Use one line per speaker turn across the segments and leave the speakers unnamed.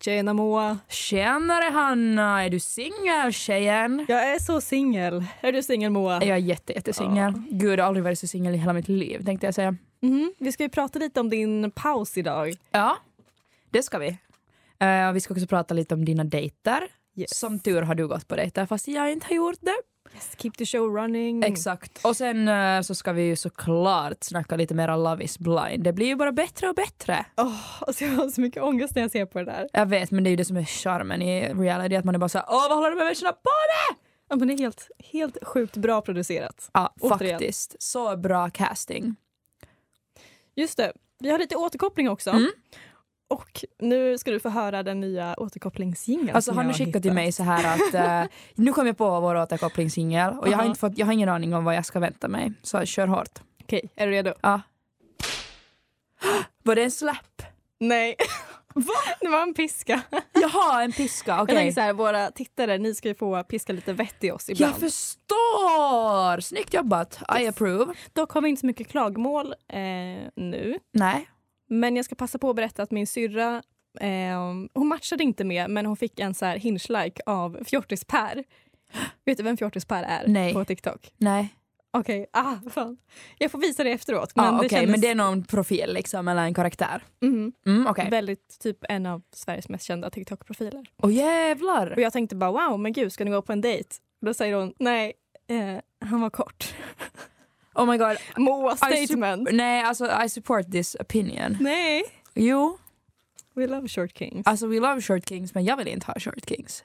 Tjena Moa!
Tjenare Hanna, är du singel tjejen?
Jag är så singel. Är du singel Moa?
Jag är jätte, jättesingel. Gud, jag har aldrig varit så singel i hela mitt liv tänkte jag säga.
Mhm. Vi ska ju prata lite om din paus idag.
Ja, det ska vi. Eh, och vi ska också prata lite om dina dejter.
Yes.
Som tur har du gått på dejter fast jag inte har gjort det.
Keep the show
Mm.
running.
Exakt. Och sen eh, så ska vi ju såklart snacka lite mer om Love is blind. Det blir ju bara bättre och bättre.
Åh, alltså jag har så mycket ångest när jag ser på det där.
Jag vet men det är ju det som är charmen i reality att man är bara såhär åh vad håller de här människorna på med?
Ja, men det är helt, helt sjukt bra producerat.
Ja
Återigen.
faktiskt. Så bra casting.
Just det, vi har lite återkoppling också.
Mm.
Och nu ska du få höra den nya återkopplingsjingeln.
Alltså
som
han har
jag har
skickat
hittat.
till mig så här att eh, nu kom jag på vår återkopplingssingel och jag har,
Aha.
inte fått, jag har ingen aning om vad jag ska vänta mig. Så kör hårt.
Okej, är du redo?
Ja. Var det en släpp?
Nej. Va? Det var en piska.
Jaha, en piska.
Jag
Okej.
tänker så här, våra tittare, ni ska ju få piska lite vett i oss ibland.
Jag förstår! Snyggt jobbat. I approve.
Dock har vi inte så mycket klagomål eh, nu.
Nej.
Men jag ska passa på att berätta att min syrra eh, hon matchade inte med, men hon fick en så här hinge-like av Fjortis-Per. Vet du vem Fjortis-Per är
Nej.
på TikTok?
Nej.
Okej, ah, fan. Jag får visa det efteråt.
Men,
Men
ah,
det
okej,
kändes
men det är någon profil liksom, eller en karaktär.
Mhm.
Mm, okej.
väldigt typ en av Sveriges mest kända TikTok-profiler.
Åh jävlar!
Och jag tänkte bara wow, men gud, ska ni gå på en dejt? Då säger hon nej, eh, han var kort.
Oh my god.
Moa
I
statement.
sup- nej, alltså I support this opinion.
Nej,
Jo,
we love short kings.
alltså we love short kings men jag vill inte ha short kings.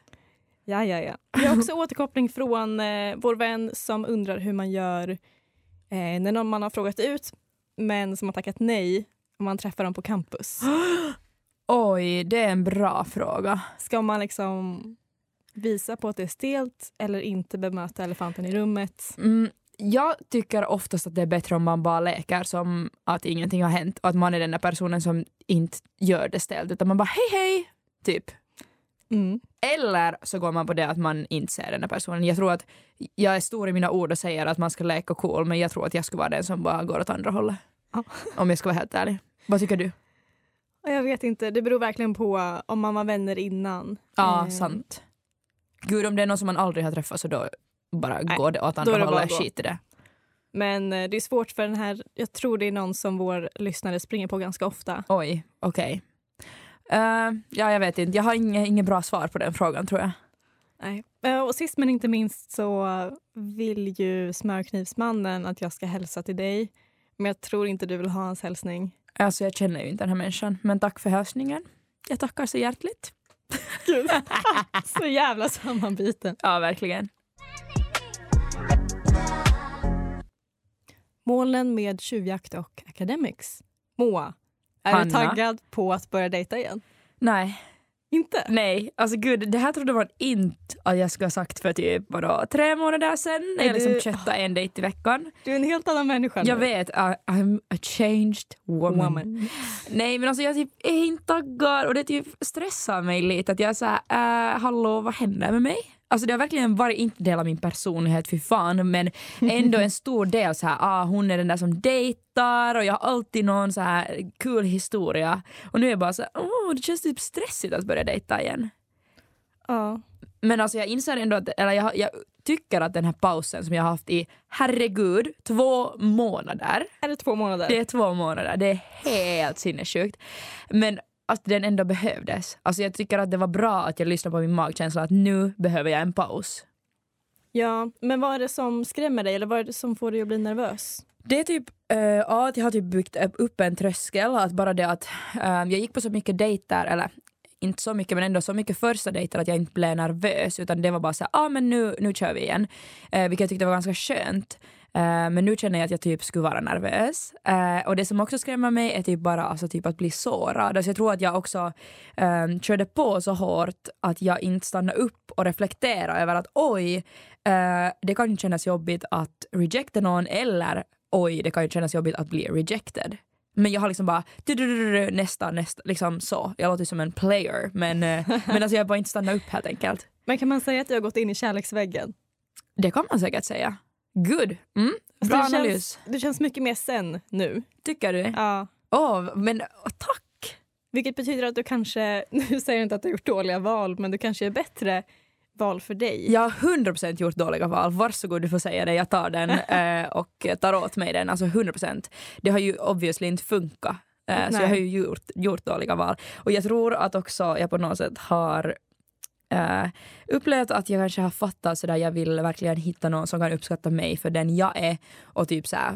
Ja, ja, ja. Vi har också återkoppling från eh, vår vän som undrar hur man gör eh, när någon man har frågat ut men som har tackat nej om man träffar dem på campus.
Oj, det är en bra fråga.
Ska man liksom visa på att det är stelt eller inte bemöta elefanten i rummet?
Mm, jag tycker oftast att det är bättre om man bara leker som att ingenting har hänt och att man är den där personen som inte gör det ställt utan man bara hej hej, typ.
Mm.
Eller så går man på det att man inte ser den där personen. Jag tror att jag är stor i mina ord och säger att man ska leka cool men jag tror att jag skulle vara den som bara går åt andra hållet.
Ja.
Om jag ska vara helt ärlig. Vad tycker du?
Och Jag vet inte, det beror verkligen på om man var vänner innan.
Ja,
Eh,
sant. Gud, om det är någon som man aldrig har träffat så då bara
Nej,
går det åt
då
andra
är det bara
hållet,
att gå.
skit i det.
Men eh, det är svårt för den här, jag tror det är någon som vår lyssnare springer på ganska ofta.
Oj, okej. Eh, ja, jag vet inte. Jag har inget, inget bra svar på den frågan tror jag.
Nej. Eh, Och sist men inte minst så vill ju smörknivsmannen att jag ska hälsa till dig. Men jag tror inte du vill ha hans hälsning.
Alltså jag känner ju inte den här människan, men tack för hälsningen. Jag tackar så hjärtligt.
Gud.
Ah.
så jävla sammanbiten.
Ja, verkligen.
Målen med tjuvjakt och academics. Moa, är
Hanna.
du taggad på att börja dejta igen?
Nej,
Inte?
nej. Alltså gud, det här trodde man inte att jag skulle ha sagt för typ vadå, tre månader sedan. När
Är
jag liksom
du-
köttade en dejt i veckan.
Du är en helt annan människa
Jag
nu.
vet, I, I'm a changed woman.
Woman.
Nej men alltså jag typ är inte taggad och det typ stressar mig lite att jag är såhär, eh, hallå vad händer med mig? Alltså det har verkligen varit inte del av min personlighet för fan men ändå en stor del så här, ah, hon är den där som dejtar och jag har alltid någon så här kul historia och nu är jag bara så här, åh det känns typ stressigt att börja dejta igen.
Ja.
Men alltså jag inser ändå att, eller jag, jag tycker att den här pausen som jag har haft i herregud två månader
Är det två månader?
det är två månader. Det är helt sinnessjukt. Men att den ändå behövdes. Alltså jag tycker att det var bra att jag lyssnade på min magkänsla att nu behöver jag en paus.
Ja, men vad är det som skrämmer dig eller vad är det som får dig att bli nervös?
Det är typ, eh, ja, att jag har typ byggt upp en tröskel. Att bara det att eh, jag gick på så mycket dejter, eller inte så mycket men ändå så mycket första dejter att jag inte blev nervös utan det var bara så här, ah, men nu, nu kör vi igen. Eh, vilket jag tyckte var ganska skönt. Eh, men nu känner jag att jag typ skulle vara nervös. Eh, och det som också skrämmer mig är typ bara alltså, typ att bli sårad. Alltså, jag tror att jag också eh, körde på så hårt att jag inte stannade upp och reflekterade över att oj, eh, det kan ju kännas jobbigt att rejecta någon eller oj, det kan ju kännas jobbigt att bli rejected. Men jag har liksom bara du-du-du-du, nästa, nästa, liksom så. Jag låter som en player men, eh, men alltså jag har bara inte stannat upp helt enkelt.
Men kan man säga att jag har gått in i kärleksväggen?
Det kan man säkert säga. Good. Mm.
Alltså,
Bra
det,
analys.
känns, det känns mycket mer sen nu.
Tycker du?
Ja.
Åh, men åh, tack!
Vilket betyder att du kanske, nu säger jag inte att du har gjort dåliga val, men du kanske är bättre val för dig.
Jag har 100% gjort dåliga val. Varsågod, du får säga det. Jag tar den eh, och tar åt mig den. Alltså 100%. Det har ju obviously inte funkat. Eh, så
Nej.
jag har ju gjort, gjort dåliga val. Och jag tror att också jag på något sätt har eh, upplevt att jag kanske har fattat sådär, jag vill verkligen hitta någon som kan uppskatta mig för den jag är. Och typ såhär,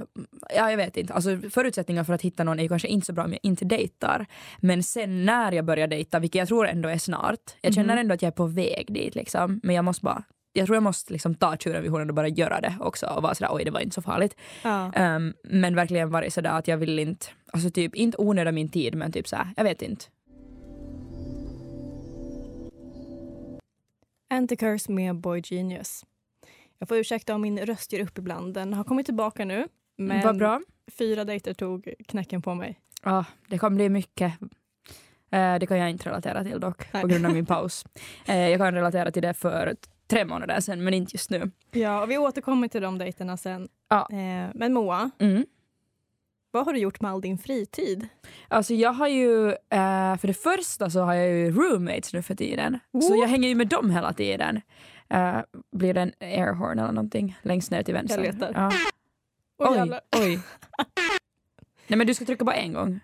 ja jag vet inte. Alltså förutsättningar för att hitta någon är ju kanske inte så bra om jag inte dejtar. Men sen när jag börjar dejta, vilket jag tror ändå är snart, jag
Mhm.
känner ändå att jag är på väg dit liksom. Men jag måste bara, jag tror jag måste liksom ta tjuren vid hornen och bara göra det också och vara sådär oj det var inte så farligt.
Ja.
Ehm, men verkligen varit sådär att jag vill inte, alltså typ inte onöda min tid men typ såhär, jag vet inte.
Anticurse med Boy Genius. Jag får ursäkta om min röst ger upp ibland. Den har kommit tillbaka nu. Men
Mm, Vad bra.
fyra dejter tog knäcken på mig.
Ja, det kommer bli mycket. Eh, det kan jag inte relatera till dock, på
Nej.
grund av min paus. Eh, jag kan relatera till det för tre månader sedan, men inte just nu.
Ja, och vi återkommer till de dejterna sen.
Ja.
Eh, men Moa,
Mm.
vad har du gjort med all din fritid?
Alltså jag har ju, eh, för det första så har jag ju roommates nu för tiden. Så jag hänger ju med dem hela tiden. Eh, blir det en airhorn eller någonting längst ner till vänster?
Jag letar.
Ja.
Oj,
Oj,
jävlar.
oj. Nej men du ska trycka bara en gång.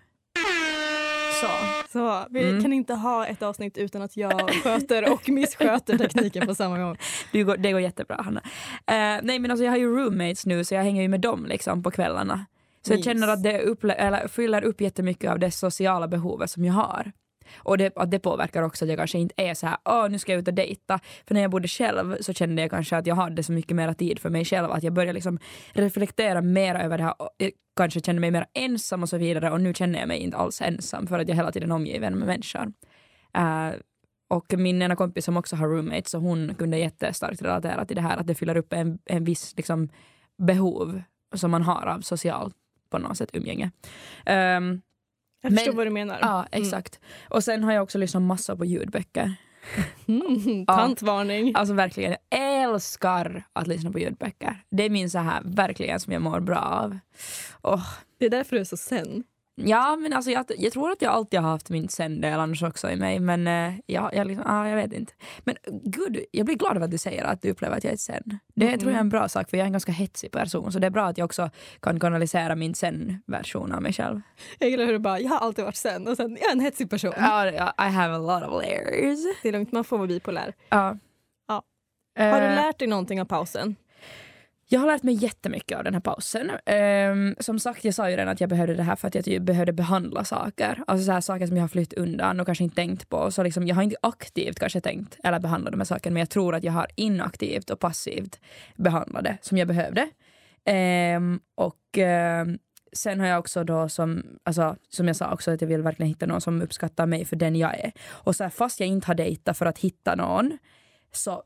Så.
Så, vi
Mm.
kan inte ha ett avsnitt utan att jag sköter och missköter tekniken på samma gång.
Det går, det går jättebra Hanna. Eh, nej men alltså jag har ju roommates nu så jag hänger ju med dem liksom på kvällarna. Så jag
Nice.
känner att det upple- eller fyller upp jättemycket av det sociala behovet som jag har. Och det, att det påverkar också att jag kanske inte är så här, åh nu ska jag ut och dejta. För när jag bodde själv så kände jag kanske att jag hade så mycket mer tid för mig själv att jag började liksom reflektera mer över det här och jag kanske kände mig mer ensam och så vidare och nu känner jag mig inte alls ensam för att jag hela tiden är omgiven med människor. Eh, och min ena kompis som också har roommates, så hon kunde jättestarkt relatera till det här att det fyller upp en, en viss liksom, behov som man har av socialt på något sätt umgänge. Ehm,
Jag
Men-
förstår vad du menar.
ja, exakt. Och sen har jag också lyssnat massa på ljudböcker.
Mm, tantvarning.
Alltså verkligen, jag älskar att lyssna på ljudböcker. Det är min så här verkligen som jag mår bra av. Åh,
Det är därför du är så sen.
Ja, men alltså jag, jag tror att jag alltid har haft min sändel annars också i mig. Men eh, ja, jag, liksom, ah, jag vet inte. Men gud, jag blir glad över att du säger att du upplever att jag är sen. Det tror jag är en bra sak för jag är en ganska hetsig person. Så det är bra att jag också kan kanalisera min sen-version av mig själv.
Jag gillar hur du bara, jag har alltid varit sen och sen, jag är en hetsig person.
Ja, I have a lot of layers.
Det är lugnt, man får vara bipolär.
Ja.
Ja. Har du
Eh,
lärt dig någonting av pausen?
Jag har lärt mig jättemycket av den här pausen. Ehm, som sagt, jag sa ju redan att jag behövde det här för att jag typ behövde behandla saker. Alltså så här, saker som jag har flytt undan och kanske inte tänkt på. Så liksom, jag har inte aktivt kanske tänkt eller behandlat de här sakerna men jag tror att jag har inaktivt och passivt behandlat det som jag behövde. Ehm, och ehm, sen har jag också då som, alltså, som jag sa också att jag vill verkligen hitta någon som uppskattar mig för den jag är. Och så här, fast jag inte har dejtat för att hitta någon så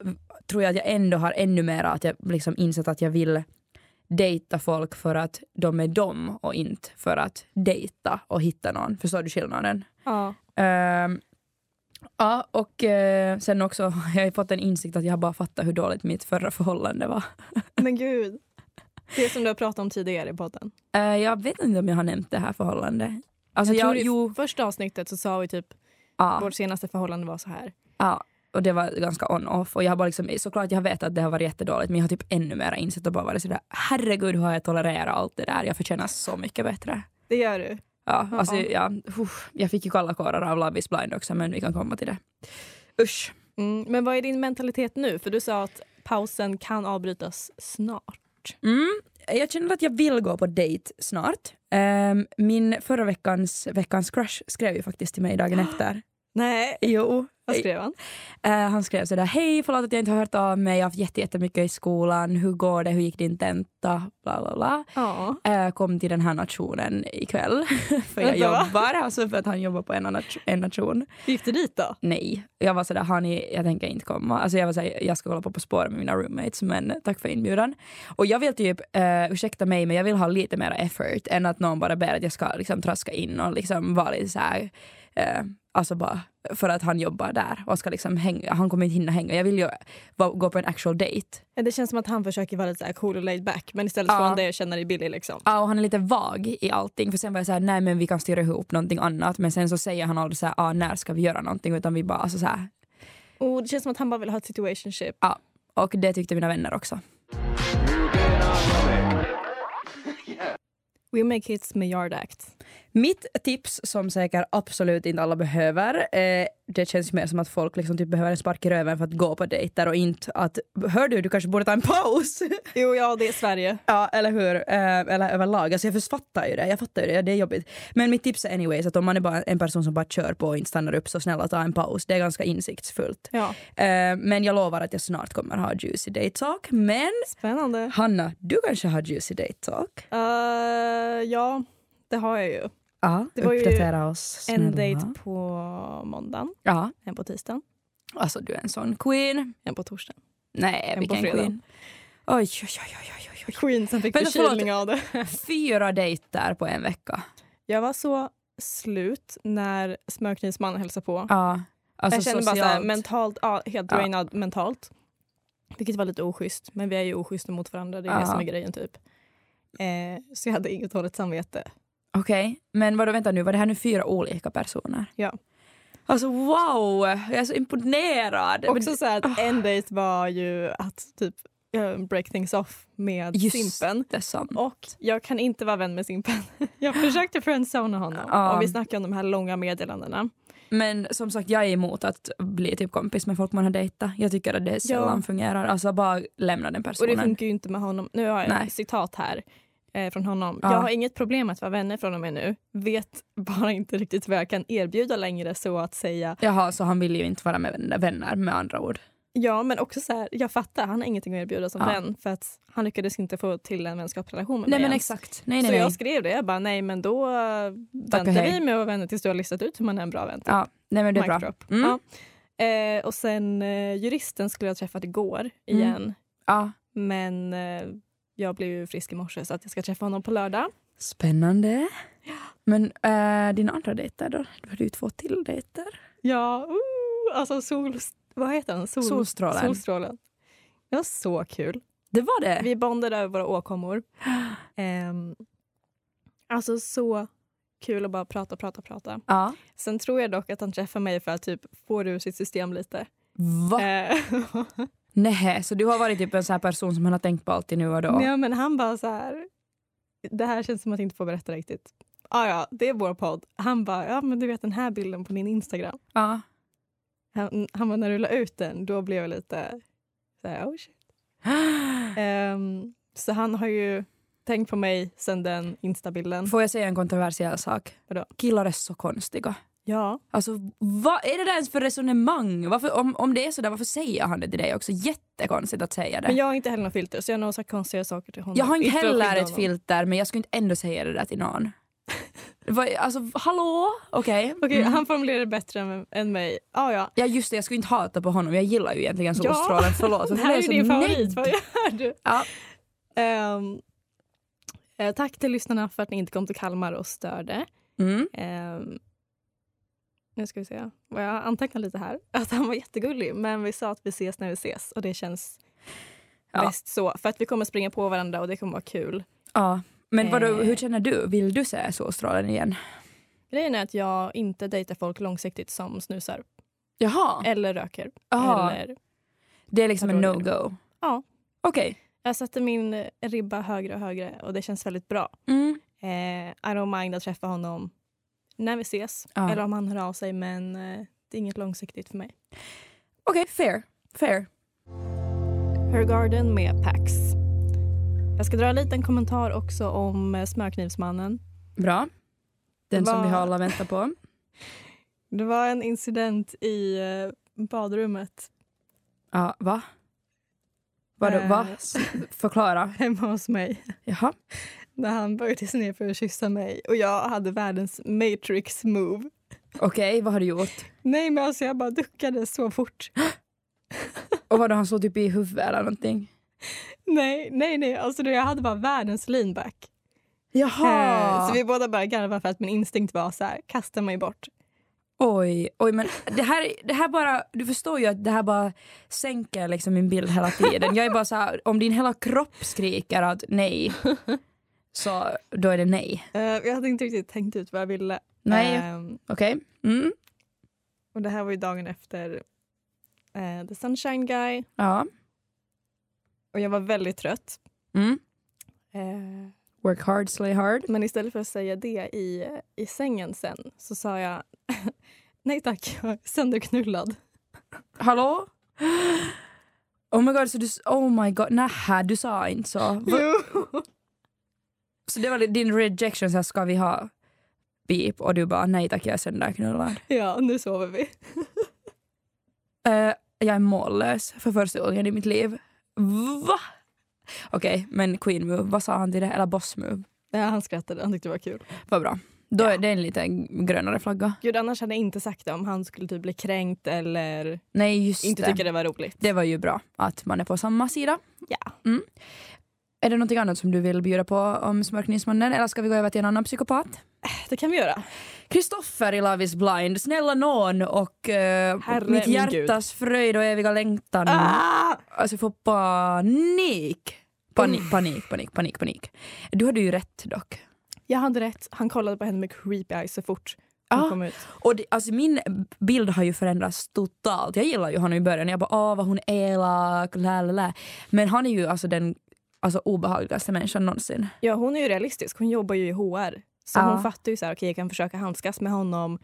tror jag att jag ändå har ännu mer att jag liksom insett att jag vill dejta folk för att de är dem och inte för att dejta och hitta någon. Förstår du skillnaden?
Ja.
Ehm, ja, och eh, sen också jag har ju fått en insikt att jag har bara fattat hur dåligt mitt förra förhållande var.
Men gud. Det som du har pratat om tidigare i podden.
Eh, jag vet inte om jag har nämnt det här förhållandet. Alltså jag,
i
jo,
första avsnittet så sa vi typ,
ja.
vårt senaste förhållande var så här.
Ja, och det var ganska on-off. Och jag har bara liksom, såklart jag vet att det har varit jättedåligt men jag har typ ännu mer insett och bara varit sådär herregud hur har jag tolererat allt det där? Jag förtjänar så mycket bättre.
Det gör du.
Ja,
Ja.
alltså, ja, uff, jag fick ju kalla kårar av Love is blind också men vi kan komma till det. Usch.
Mm, men vad är din mentalitet nu? För du sa att pausen kan avbrytas snart.
Mm. Jag känner att jag vill gå på dejt snart. Ehm, min förra veckans, veckans crush skrev ju faktiskt till mig dagen efter.
Nej.
Jo,
Vad skrev han?
Eh, han skrev sådär, hej förlåt att jag inte har hört av mig, jag har haft jätte- jättemycket i skolan, hur går det, hur gick din tenta, bla bla bla.
Ja.
Eh, kom till den här nationen ikväll, för jag
Vänta, va?
jobbar, alltså för att han jobbar på en, annan nat- en nation.
Gick du dit då?
Nej, jag var sådär, har ni, jag tänker inte komma. Alltså jag var såhär, jag ska kolla på På spåret med mina roommates, men tack för inbjudan. Och jag vill typ, eh, ursäkta mig, men jag vill ha lite mer effort än att någon bara ber att jag ska liksom traska in och liksom vara lite såhär, eh, alltså bara för att han jobbar där och ska liksom hänga, han kommer inte hinna hänga. Jag vill ju va- gå på en actual date.
Det känns som att han försöker vara lite så här cool och laid back men istället
Ja.
får han det och känner dig billig liksom.
Ja, och han är lite vag i allting. För sen var jag såhär, nej men vi kan styra ihop någonting annat. Men sen så säger han aldrig såhär, ah, när ska vi göra någonting? Utan vi bara, alltså såhär,
Och det känns som att han bara vill ha ett situationship.
ja. Och det tyckte mina vänner också.
We make hits med Yard Act.
Mitt tips som säkert absolut inte alla behöver, eh, det känns ju mer som att folk liksom typ behöver en spark i röven för att gå på dejter och inte att hör du, du kanske borde ta en paus.
Jo, ja, det är Sverige.
ja, eller hur? Eh, eller överlag. Alltså jag fattar ju det, jag fattar ju det, det är jobbigt. Men mitt tips är anyways att om man är bara en person som bara kör på och inte stannar upp så snälla ta en paus. Det är ganska insiktsfullt.
Ja.
Eh, men jag lovar att jag snart kommer ha juicy date talk. Men
Spännande.
Hanna, du kanske har juicy date talk?
Eh, ja, det har jag ju.
Ja,
Det var ju
uppdatera oss.
En
snälla.
dejt på måndagen,
Ja,
en på tisdagen,
Alltså du är en sån queen.
en på torsdagen.
Nej,
En på
vilken
fredag.
queen. Oj, oj, oj, oj, oj, oj,
Queen som fick
Vänta, förlåt.
förkylning av det.
oj. Fyra dejter på en vecka.
Jag var så slut när Smörknivsmannen hälsade på.
Ja. Alltså
jag kände
socialt.
bara så här, mentalt, ja, helt
Ja.
drainad mentalt. Vilket var lite oschysst, men vi är ju oschyssta mot varandra. Det är
Ja.
det som är grejen typ. Eh, så jag hade inget dåligt samvete.
Okej, men vadå, vänta nu, var det här nu fyra olika personer?
Ja.
Alltså wow, jag är så imponerad. Men- Ah.
Också så här att en dejt var ju att typ eh, break things off med
Just Mm.
Simpen.
det sant.
Och jag kan inte vara vän med Simpen. Jag försökte friendzona honom.
Ja.
Och vi snackade om de här långa meddelandena.
Men som sagt, jag är emot att bli typ kompis med folk man har dejtat. Jag tycker att det sällan fungerar. Alltså bara lämna den
Och
personen.
det funkar ju inte med honom. Nu har jag
Nej.
ett citat här eh, från honom.
Ja.
Jag har inget problem att vara vänner från och med nu. Vet bara inte riktigt vad jag kan erbjuda längre så att säga.
Jaha, så han vill ju inte vara med vänner- vänner med andra ord.
Ja men också så här, jag fattar. Han har ingenting att erbjuda som
Ja.
vän för att han lyckades inte få till en vänskapsrelation med
Nej
mig
men
ens.
exakt. Nej, nej,
så
nej.
jag skrev det. Jag bara nej men då eh,
Tack och
väntar vi
hej.
med att vara vänner tills du har listat ut hur man är en bra vän.
Ja, nej men det är
Mic
bra.
drop.
Mm.
Ja. Eh, och sen eh, juristen skulle jag ha träffat igår
Mm.
igen.
Ja.
Men eh, jag blev ju frisk i morse så att jag ska träffa honom på lördag.
Spännande. Men äh, dina andra dejter då? Du hade ju två till dejter.
Ja, uh, alltså sol... Vad heter den? Sol,
Solstrålen.
Solstrålen. Det var så kul.
Det var det?
Vi bondade över våra åkommor. Ehm, alltså så kul att bara prata, prata, prata.
Ja.
Sen tror jag dock att han träffar mig för att typ få det ur sitt system lite.
Va?
Eh,
Nähä, så du har varit typ en sån här person som han har tänkt på alltid nu och då?
ja, men han bara så här... Det här känns som att jag inte får berätta riktigt. Ah, ja, det är vår podd. Han bara, ja men du vet den här bilden på min Instagram.
Ja.
Han, han bara, när du la ut den, då blev jag lite så här, oh shit. Ehm, så han har ju tänkt på mig sen den instabilden.
Får jag säga en kontroversiell sak?
Vadå?
Killar är så konstiga.
Ja.
Alltså vad är det där ens för resonemang? Varför, om, om det är sådär, varför säger han det till dig också? Jättekonstigt att säga det.
Men
Jag,
jag har inte heller något filter så jag har nog sagt konstiga saker till honom.
har inte
Yttre och
heller
skydda
ett
honom.
filter men jag skulle inte ändå säga det där till någon. Vad- alltså hallå? Okej. Mm.
Okej, han formulerar det bättre än, än mig. Ah, ja.
Ja just det, jag skulle inte hata på honom. Jag gillar ju egentligen solstrålen. Förlåt.
Det
varför
här är
blev
ju
jag
din
Alltså, så nöjd?
favorit. Vad gör du?
Ja.
Ehm, eh, tack till lyssnarna för att ni inte kom till Kalmar och störde.
Mm.
Ehm, nu ska vi se. Jag har antecknat lite här. Att han var jättegullig, men vi sa att vi ses när vi ses. Och det känns
Ja.
bäst så. För att vi kommer springa på varandra och det kommer vara kul.
Ja. Men vadå,
Eh.
hur känner du? Vill du se solstrålen igen?
Grejen är att jag inte dejtar folk långsiktigt som snusar
Jaha,
eller röker.
Jaha.
Eh, Eller,
det är liksom en
Vad tror du?
no-go?
Ja.
Okej.
jag sätter min eh, ribba högre och högre och det känns väldigt bra.
Mm.
Eh, I don't mind att träffa honom när vi ses
Ja.
eller om han hör av sig men eh, det är inget långsiktigt för mig.
Okej, fair. Fair.
Her Garden med Pax. Jag ska dra en liten kommentar också om eh, Smörknivsmannen.
Bra. Den som
Vad-
vi har alla väntat på.
Det var en incident i eh, badrummet
Ja, va? Vadå, va?
Eh.
S- Förklara.
hemma hos mig
Jaha.
när han böjde sig ner för att kyssa mig och jag hade världens matrix move.
Okej, vad har du gjort?
Nej men alltså jag bara duckade så fort.
Och vadå, han slog typ i huvudet eller någonting?
Nej, nej, nej. Alltså då jag hade bara världens leanback. Eh,
Jaha!
så vi båda bara garvade för att min instinkt var så här, kasta mig bort.
Oj, oj men det här, det här bara, du förstår ju att det här bara sänker liksom min bild hela tiden. Jag är bara så här, om din hela kropp skriker att nej, så då är det nej.
Eh, jag hade inte riktigt tänkt ut vad jag ville.
Nej,
Ehm,
okej. Mm.
och det här var ju dagen efter eh, The Sunshine Guy
Ja.
och jag var väldigt trött.
Mm.
Eh,
Work hard, slay hard.
men istället för att säga det i, i sängen sen så sa jag nej tack, jag är sönderknullad.
Hallå? Oh my god, så du, s- oh my god, nähä, du sa inte så. Va-
Jo.
Så det var din rejection, så här, ska vi ha beep? Och du bara nej tack, jag är sönderknullad.
ja, nu sover vi.
Eh, jag är mållös för första gången i mitt liv. Va? Okej, men Queen Move, vad sa han till det? Eller Boss Move?
Ja, han skrattade, han tyckte det var kul.
Vad bra. Då är det en lite grönare flagga.
Gud, annars hade jag inte sagt det om han skulle typ bli kränkt eller
Nej, just
inte
det.
tycka det var roligt.
Det var ju bra att man är på samma sida.
Ja.
Mm. Är det någonting annat som du vill bjuda på om Smörkningsmannen eller ska vi gå över till en annan psykopat?
Det kan vi göra.
Kristoffer i Love is blind, snälla nån och eh,
Herre
mitt
min Gud.
hjärtas fröjd och eviga längtan.
Ah!
Alltså jag får panik. Panik, panik, panik, panik, panik. Du hade ju rätt dock.
Jag hade rätt. Han kollade på henne med creepy eyes så fort hon
Ah.
kom ut.
Och det, alltså min bild har ju förändrats totalt. Jag gillar ju honom i början. Jag bara åh vad hon är elak, la, la, la. Men han är ju alltså den alltså, obehagligaste människan någonsin.
Ja, hon är ju realistisk. Hon jobbar ju i HR. Så
Ja.
hon fattar ju så här, okej jag kan försöka handskas med honom.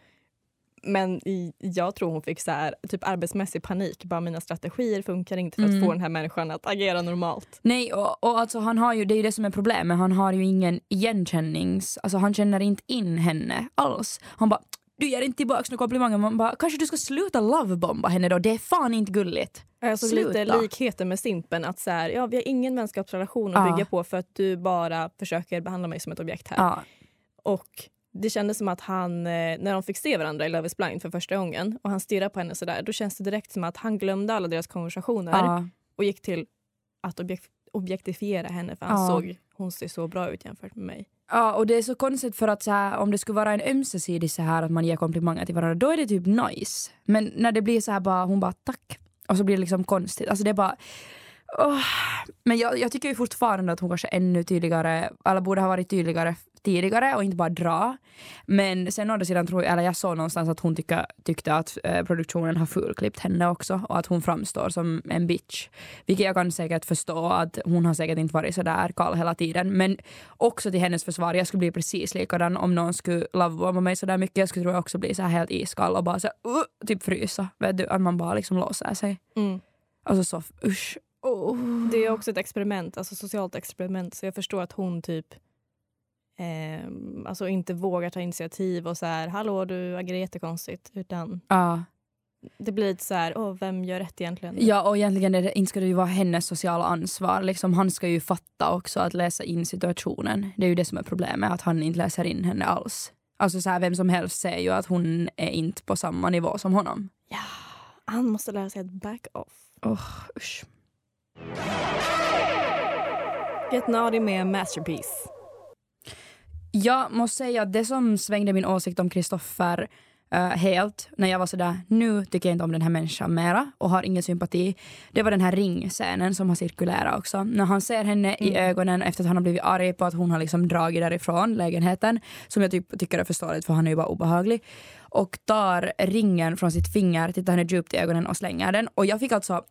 Men i, jag tror hon fick så här, typ arbetsmässig panik. Bara mina strategier funkar inte för att
Mm.
få den här människan att agera normalt.
Nej och, och alltså han har ju, det är ju det som är problemet, han har ju ingen igenkännings, alltså han känner inte in henne alls. Han bara du ger inte tillbaka några komplimanger, man bara kanske du ska sluta lovebomba henne då, det är fan inte gulligt.
Jag såg lite
alltså, Sluta.
likheter med Simpen. Att så här, ja, vi har ingen vänskapsrelation att
Ja.
bygga på för att du bara försöker behandla mig som ett objekt här.
Ja,
Och det kändes som att han, eh, när de fick se varandra i Love is blind för första gången och han stirrar på henne sådär, då känns det direkt som att han glömde alla deras konversationer
ja.
och gick till att objek- objektifiera henne för han
Ja.
såg hon ser så bra ut jämfört med mig.
Ja, och det är så konstigt för att så här, om det skulle vara en ömsesidig så här att man ger komplimanger till varandra, då är det typ nice. Men när det blir så här bara, hon bara tack. Och så blir det liksom konstigt. Alltså det är bara... Åh. Men jag, jag tycker ju fortfarande att hon kanske ännu tydligare, eller borde ha varit tydligare tidigare och inte bara dra. Men sen å andra sidan tror jag, eller jag såg någonstans att hon tycka, tyckte att eh, produktionen har fulklippt henne också och att hon framstår som en bitch. Vilket jag kan säkert förstå att hon har säkert inte varit sådär kall hela tiden. Men också till hennes försvar, jag skulle bli precis likadan om någon skulle lovebomba mig sådär mycket. Jag skulle tror jag också bli så här helt iskall och bara så här, "Uh", typ frysa. Vet du, att man bara liksom låser sig. Alltså så, f- usch. Oh.
Det är också ett experiment, alltså socialt experiment så jag förstår att hon typ ehm, alltså inte vågar ta initiativ och så här, hallå du agerar jättekonstigt utan
Ja.
det blir lite så här, åh vem gör rätt egentligen?
Ja, och egentligen är det, inte ska det ju vara hennes sociala ansvar. Liksom, han ska ju fatta också att läsa in situationen. Det är ju det som är problemet, att han inte läser in henne alls. Alltså så här, vem som helst ser ju att hon är inte på samma nivå som honom.
Han måste lära sig att back off.
Oh, usch.
Get naughty med Masterpiece.
Jag måste säga att det som svängde min åsikt om Kristoffer eh, helt, när jag var sådär, nu tycker jag inte om den här människan mera och har ingen sympati, det var den här ringscenen som har cirkulerat också. När han ser henne i ögonen efter att han har blivit arg på att hon har liksom dragit därifrån lägenheten, som jag typ tycker är förståeligt för han är ju bara obehaglig, och tar ringen från sitt finger, tittar henne djupt i ögonen och slänger den. Och jag fick alltså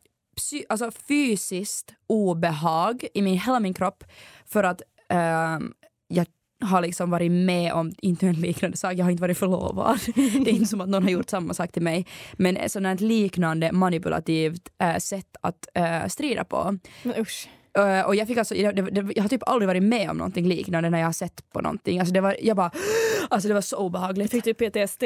psy- alltså fysiskt obehag i min, hela min kropp för att ehm, jag har liksom varit med om inte en liknande sak, jag har inte varit förlovad. Det är inte som att någon har gjort samma sak till mig. Men ett sånt här liknande manipulativt eh, sätt att eh, strida på.
Men usch.
Eh, och jag, fick alltså, jag, det, det, jag har typ aldrig varit med om någonting liknande när jag har sett på någonting. Alltså det var, jag bara, alltså det var så obehagligt.
Fick du PTSD?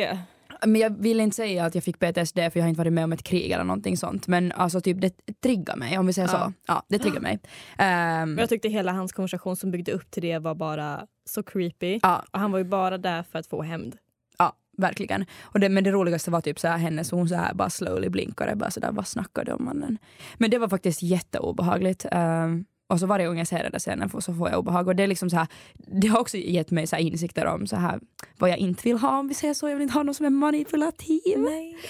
men jag vill inte säga att jag fick PTSD för jag har inte varit med om ett krig eller någonting sånt. Men alltså typ det triggar mig om vi säger
Ja.
så. Ja, det triggar mig. Ehm,
Men jag tyckte hela hans konversation som byggde upp till det var bara så creepy.
Ja.
Och han var ju bara där för att få hämnd.
ja, verkligen. Och det, men det roligaste var typ så här hennes, hon så här bara slowly blinkade, bara så där, vad snackar du om mannen? Men det var faktiskt jätteobehagligt. Ehm, och så varje gång jag ser den där scenen får- så får jag obehag och det är liksom så här, det har också gett mig så här insikter om så här vad jag inte vill ha om vi säger så, jag vill inte ha någon som är manipulativ.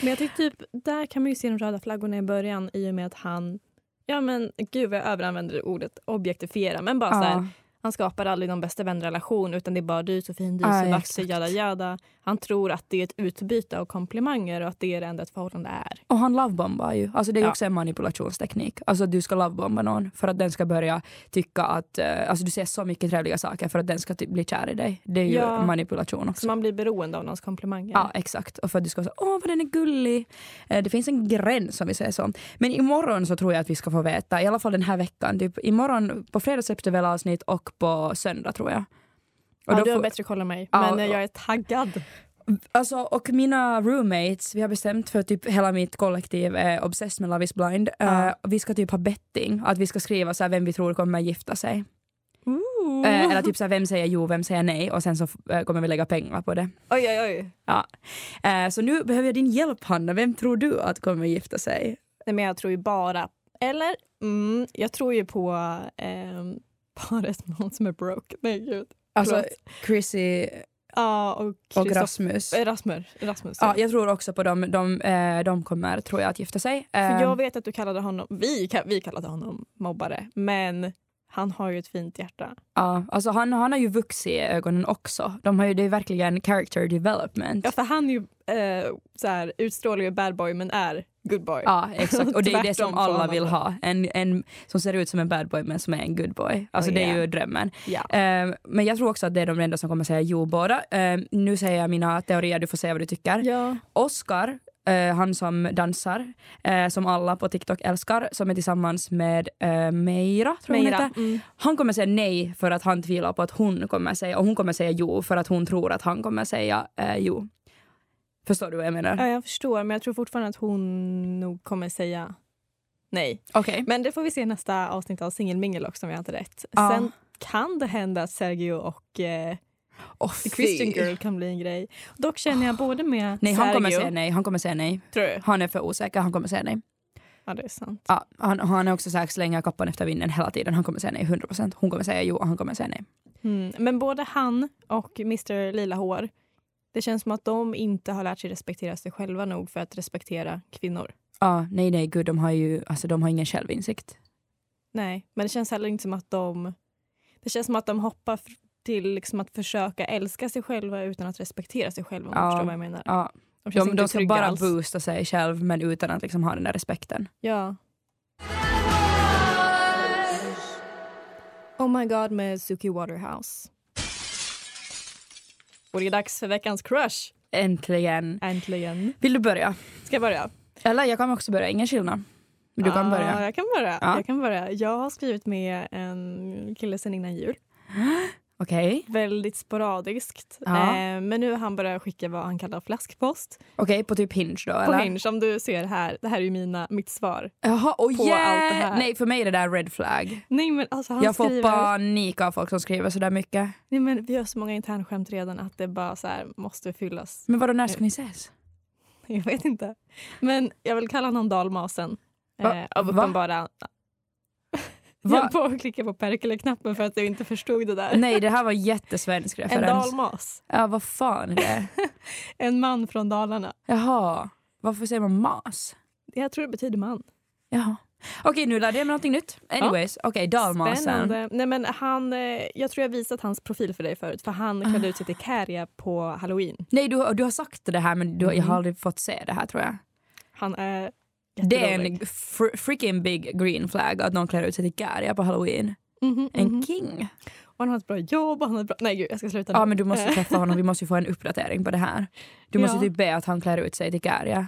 Men jag tyckte typ, där kan man ju se de röda flaggorna i början i och med att han, ja men gud vad jag överanvänder ordet objektifiera, men bara så här,
Ja,
Han skapar aldrig någon bästa vänrelation utan det är bara du är så fin, du är
Aj,
så vacker,
exakt.
jada jada. Han tror att det är ett utbyte av komplimanger och att det är det enda ett förhållande är.
och han lovebombar ju, alltså det är ju
Ja.
också en manipulationsteknik. Alltså du ska lovebomba någon för att den ska börja tycka att, eh, alltså du ser så mycket trevliga saker för att den ska typ bli kär i dig. Det är ju
Ja.
manipulation också.
Så man blir beroende av någons komplimanger.
Ja, exakt. Och för att du ska vara så, åh vad den är gullig. Eh, Det finns en gräns om vi säger så. Men imorgon så tror jag att vi ska få veta, i alla fall den här veckan. Typ, imorgon, på fredag släpps det väl avsnitt och på söndag tror jag. Och
Ja,
då
du har
får-
bättre koll än mig,
Ja,
men eh,
och-
jag är taggad.
Alltså, och mina roommates, vi har bestämt för typ hela mitt kollektiv är obsessed med Love is blind.
Ja.
Eh, och vi ska typ ha betting, att vi ska skriva så här, vem vi tror kommer gifta sig. Eh, eller typ så här, vem säger jo, vem säger nej och sen så eh, kommer vi lägga pengar på det.
Oj, oj, oj.
Ja. Eh, så nu behöver jag din hjälp Hanna, vem tror du att kommer gifta sig?
Nej, men jag tror ju bara, eller? Mm, jag tror ju på ehm, paret med någon som är broke. Nej gud.
Alltså
Förlåt.
Chrissy
Ja, och,
och
Kristoff-
Rasmus.
eh, Rasmus. Rasmus
Ja, jag tror också på dem. De, eh, de kommer, tror jag, att gifta sig.
För
Eh,
jag vet att du kallade honom, vi, ka- vi kallade honom mobbare, men han har ju ett fint hjärta.
ja, alltså han, han har ju vuxit i ögonen också. De har ju, det är verkligen character development.
Ja, för han är ju eh, så här, utstrålar ju bad boy men är good boy.
Ja, exakt. Och det är det
Tvärtom
som
från
alla
honom.
vill ha. En, en som ser ut som en bad boy men som är en good boy. Alltså
Oh,
det är
yeah.
ju drömmen.
Ja.
Eh, men jag tror också att det är de enda som kommer säga jo båda. Eh, nu säger jag mina teorier, du får säga vad du tycker.
Ja.
Oscar, eh, han som dansar, eh, som alla på TikTok älskar, som är tillsammans med eh, Meira, tror jag hon
Meira.
heter.
Mm.
Han kommer säga nej för att han tvivlar på att hon kommer säga, och hon kommer säga jo för att hon tror att han kommer säga eh, jo. Förstår du vad jag menar?
ja, jag förstår men jag tror fortfarande att hon nog kommer säga nej.
Okej.
Men det får vi se i nästa avsnitt av Singelmingel också om jag inte rätt.
Ja.
Sen kan det hända att Sergio och eh,
Åh, fy.
The Christian Girl kan bli en grej. Dock känner jag både med
Nej, han
Sergio,
kommer säga nej, han kommer säga nej.
tror du?
Han är för osäker, han kommer säga nej.
Ja, det är sant.
Ja, han, han är också såhär, slänga kappan efter vinden hela tiden. Han kommer säga nej 100%. Hon kommer säga jo och han kommer säga nej.
Mm. Men både han och Mr Lila Hår, det känns som att de inte har lärt sig respektera sig själva nog för att respektera kvinnor.
Ja, nej nej gud, de har ju, alltså de har ingen självinsikt.
Nej, men det känns heller inte som att de... Det känns som att de hoppar f- till liksom att försöka älska sig själva utan att respektera sig själva. Om
Ja.
du förstår vad jag menar.
Ja,
De känns
De,
inte
de ska
trygga
bara
alls.
boosta sig själv men utan att liksom ha den där respekten.
Ja. Oh my god med Suki Waterhouse. Och det är dags för veckans crush.
Äntligen.
Äntligen.
Vill du börja?
Ska jag börja?
Eller jag kan också börja, ingen skillnad. Men du kan
Ja,
börja.
Jag kan börja.
Ja.
Jag, kan börja. jag har skrivit med en kille sen innan jul.
Okej.
Väldigt sporadiskt.
Ja.
Eh, men nu har han börjat skicka vad han kallar flaskpost.
Okej, på typ Hinge då
På
eller?
Hinge, som du ser här. Det här är ju mina, mitt svar.
Jaha, oh
På
yeah!
allt det här.
Nej för mig är det där red flag.
Nej men alltså han
jag får
skriver...
panik av folk som skriver sådär mycket.
Nej men vi har så många internskämt redan att det bara så här måste fyllas.
Men vadå när ska ni ses?
Jag vet inte. Men jag vill kalla honom dalmasen.
Va?
Eh, av
Va?
uppenbara...
Va?
Jag bara klickade på perkele-knappen för att jag inte förstod det där.
Nej det här var jättesvensk
en
referens.
dalmas.
ja vad fan är det?
En man från Dalarna.
Jaha, varför säger man mas?
Jag tror det betyder man.
Jaha. Okej nu lärde jag mig någonting nytt. Anyways, okej dalmasen.
Spännande. Nej, men han, eh, jag tror jag visat hans profil för dig förut. För Han klädde ut sig till Kärja på halloween.
Nej du, du har sagt det här men du,
Mm.
jag har aldrig fått se det här tror jag.
Han är
Det är en
jätterolig.
fr- freaking big green flag att någon klär ut sig till Garja på halloween.
Mhm,
En
mhm.
king.
Och han har ett bra jobb. Och han har ett bra... Nej, gud, jag ska sluta nu.
Ja men du måste träffa honom, vi måste ju få en uppdatering på det här. Du måste
Eh. Ja.
typ be att han klär ut sig till Garja.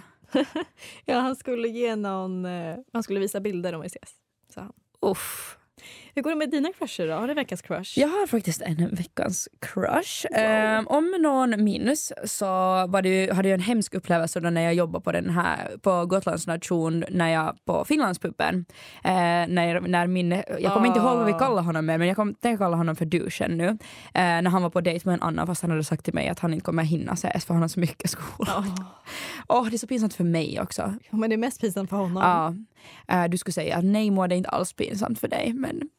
ja, han skulle ge någon... eh, Han skulle visa bilder om vi ses. Så han.
Uff.
Hur går det med dina crusher då? Har du veckans crush?
Jag har faktiskt en veckans crush. Ehm, om någon minns så var det ju, hade jag en hemsk upplevelse då när jag jobbade på, den här, på Gotlands nation när jag på Finlandspuben. Eh, när, när min, jag kommer inte ihåg vad vi kallade honom mer men jag kom, tänker kalla honom för duschen nu. Eh, när han var på dejt med en annan fast han hade sagt till mig att han inte kommer hinna ses för han har så mycket skola. Åh det är så pinsamt för mig också.
Ja, Men det är mest pinsamt för honom.
Ja. Eh, du skulle säga att nej Moa det är inte alls pinsamt för dig men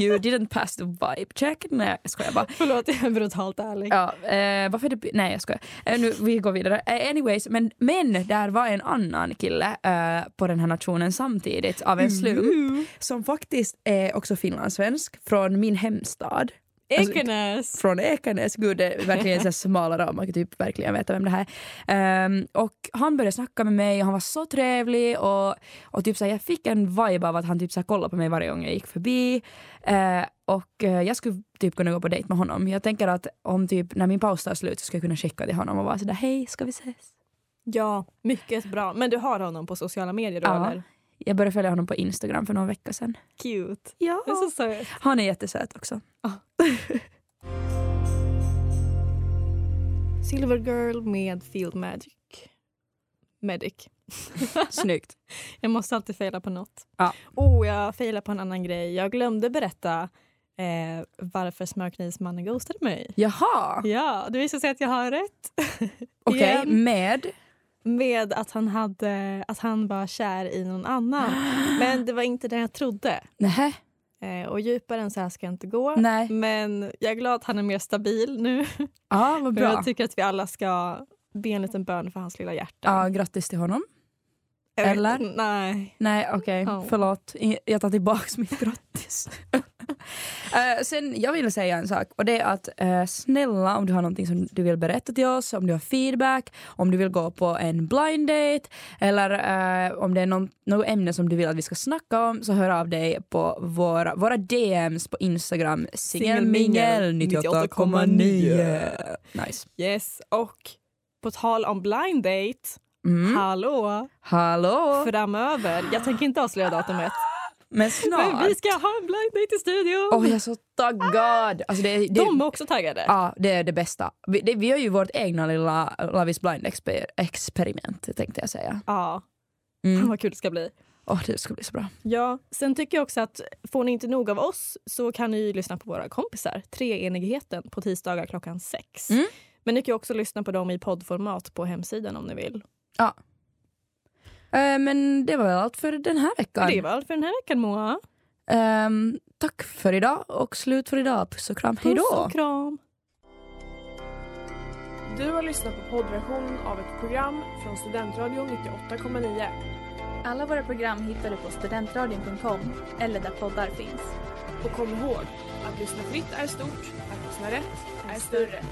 you didn't pass the vibe check. Nej jag skojar bara.
Förlåt, jag är brutalt ärlig.
Ja, eh, varför är det... Nej jag skojar. Eh, nu, vi går vidare. Eh, anyways, men, men där var en annan kille eh, på den här nationen samtidigt av en slump som faktiskt är också finlandssvensk från min hemstad. Alltså,
Ekenäs!
från Ekenäs. Gud, det är verkligen så här smala ramar. Man kan typ verkligen veta vem det här är. Ehm, och han började snacka med mig och han var så trevlig och, och typ så här, jag fick en vibe av att han typ så här kollade på mig varje gång jag gick förbi. Eh, och eh, jag skulle typ kunna gå på dejt med honom. Jag tänker att om typ när min paus tar slut så ska jag kunna skicka till honom och vara sådär hej ska vi ses?
Ja, mycket bra. Men du har honom på sociala medier då
Ja.
eller?
Jag började följa honom på Instagram för någon vecka sedan.
Cute.
Ja.
Det är så söt.
Han är jättesöt också.
Silver Girl med Field Magic. Medic.
Snyggt.
Jag måste alltid fejla på något.
Ja.
Oh, jag fejlar på en annan grej. Jag glömde berätta eh, varför smörknivsmannen ghostade mig.
Jaha,
Ja, det visar sig att jag har rätt.
okej
Igen.
med.
Med att han, hade, att han var kär i någon annan. Men det var inte det jag trodde.
Nähä.
Eh, och djupare än så här ska jag inte gå.
Nej.
Men jag är glad att han är mer stabil nu.
Ja, vad
Och
bra.
Jag tycker att vi alla ska be en liten bön för hans lilla hjärta.
Ja, grattis till honom.
Eh,
eller?
Nej.
Nej okej,
Ja.
förlåt. I- Jag tar tillbaks mitt grattis. Eh, sen jag ville säga en sak och det är att eh, snälla om du har någonting som du vill berätta till oss, om du har feedback, om du vill gå på en blind date eller eh, om det är någon, något ämne som du vill att vi ska snacka om så hör av dig på våra, våra DMs på Instagram singelmingel 98,9. Nice.
Yes, och på tal om blind date,
Mm.
hallå,
Hallå!
framöver. Jag tänker inte avslöja datumet,
Men
men
snart!
vi ska ha en blind date i studion.
Åh jag är så taggad! Alltså det, det,
De är också taggade.
Ja, det är det bästa. Vi, det, vi har ju vårt egna lilla Love is blind exper- experiment tänkte jag säga.
Ja,
Mm.
vad kul det ska bli.
Åh, det ska bli så bra.
Ja, sen tycker jag också att får ni inte nog av oss så kan ni ju lyssna på våra kompisar, Treenigheten, på tisdagar klockan sex.
Mm.
Men ni kan ju också lyssna på dem i poddformat på hemsidan om ni vill.
Eh, men det var väl allt för den här veckan.
Det var allt för den här veckan Moa.
Ehm, tack för idag och slut för idag. Puss och kram. Hej då!
Puss och kram.
Du har lyssnat på poddversionen av ett program från Studentradion 98,9.
Alla våra program hittar du på studentradion.com eller där poddar finns.
Och kom ihåg, att lyssna fritt är stort, att lyssna rätt är större.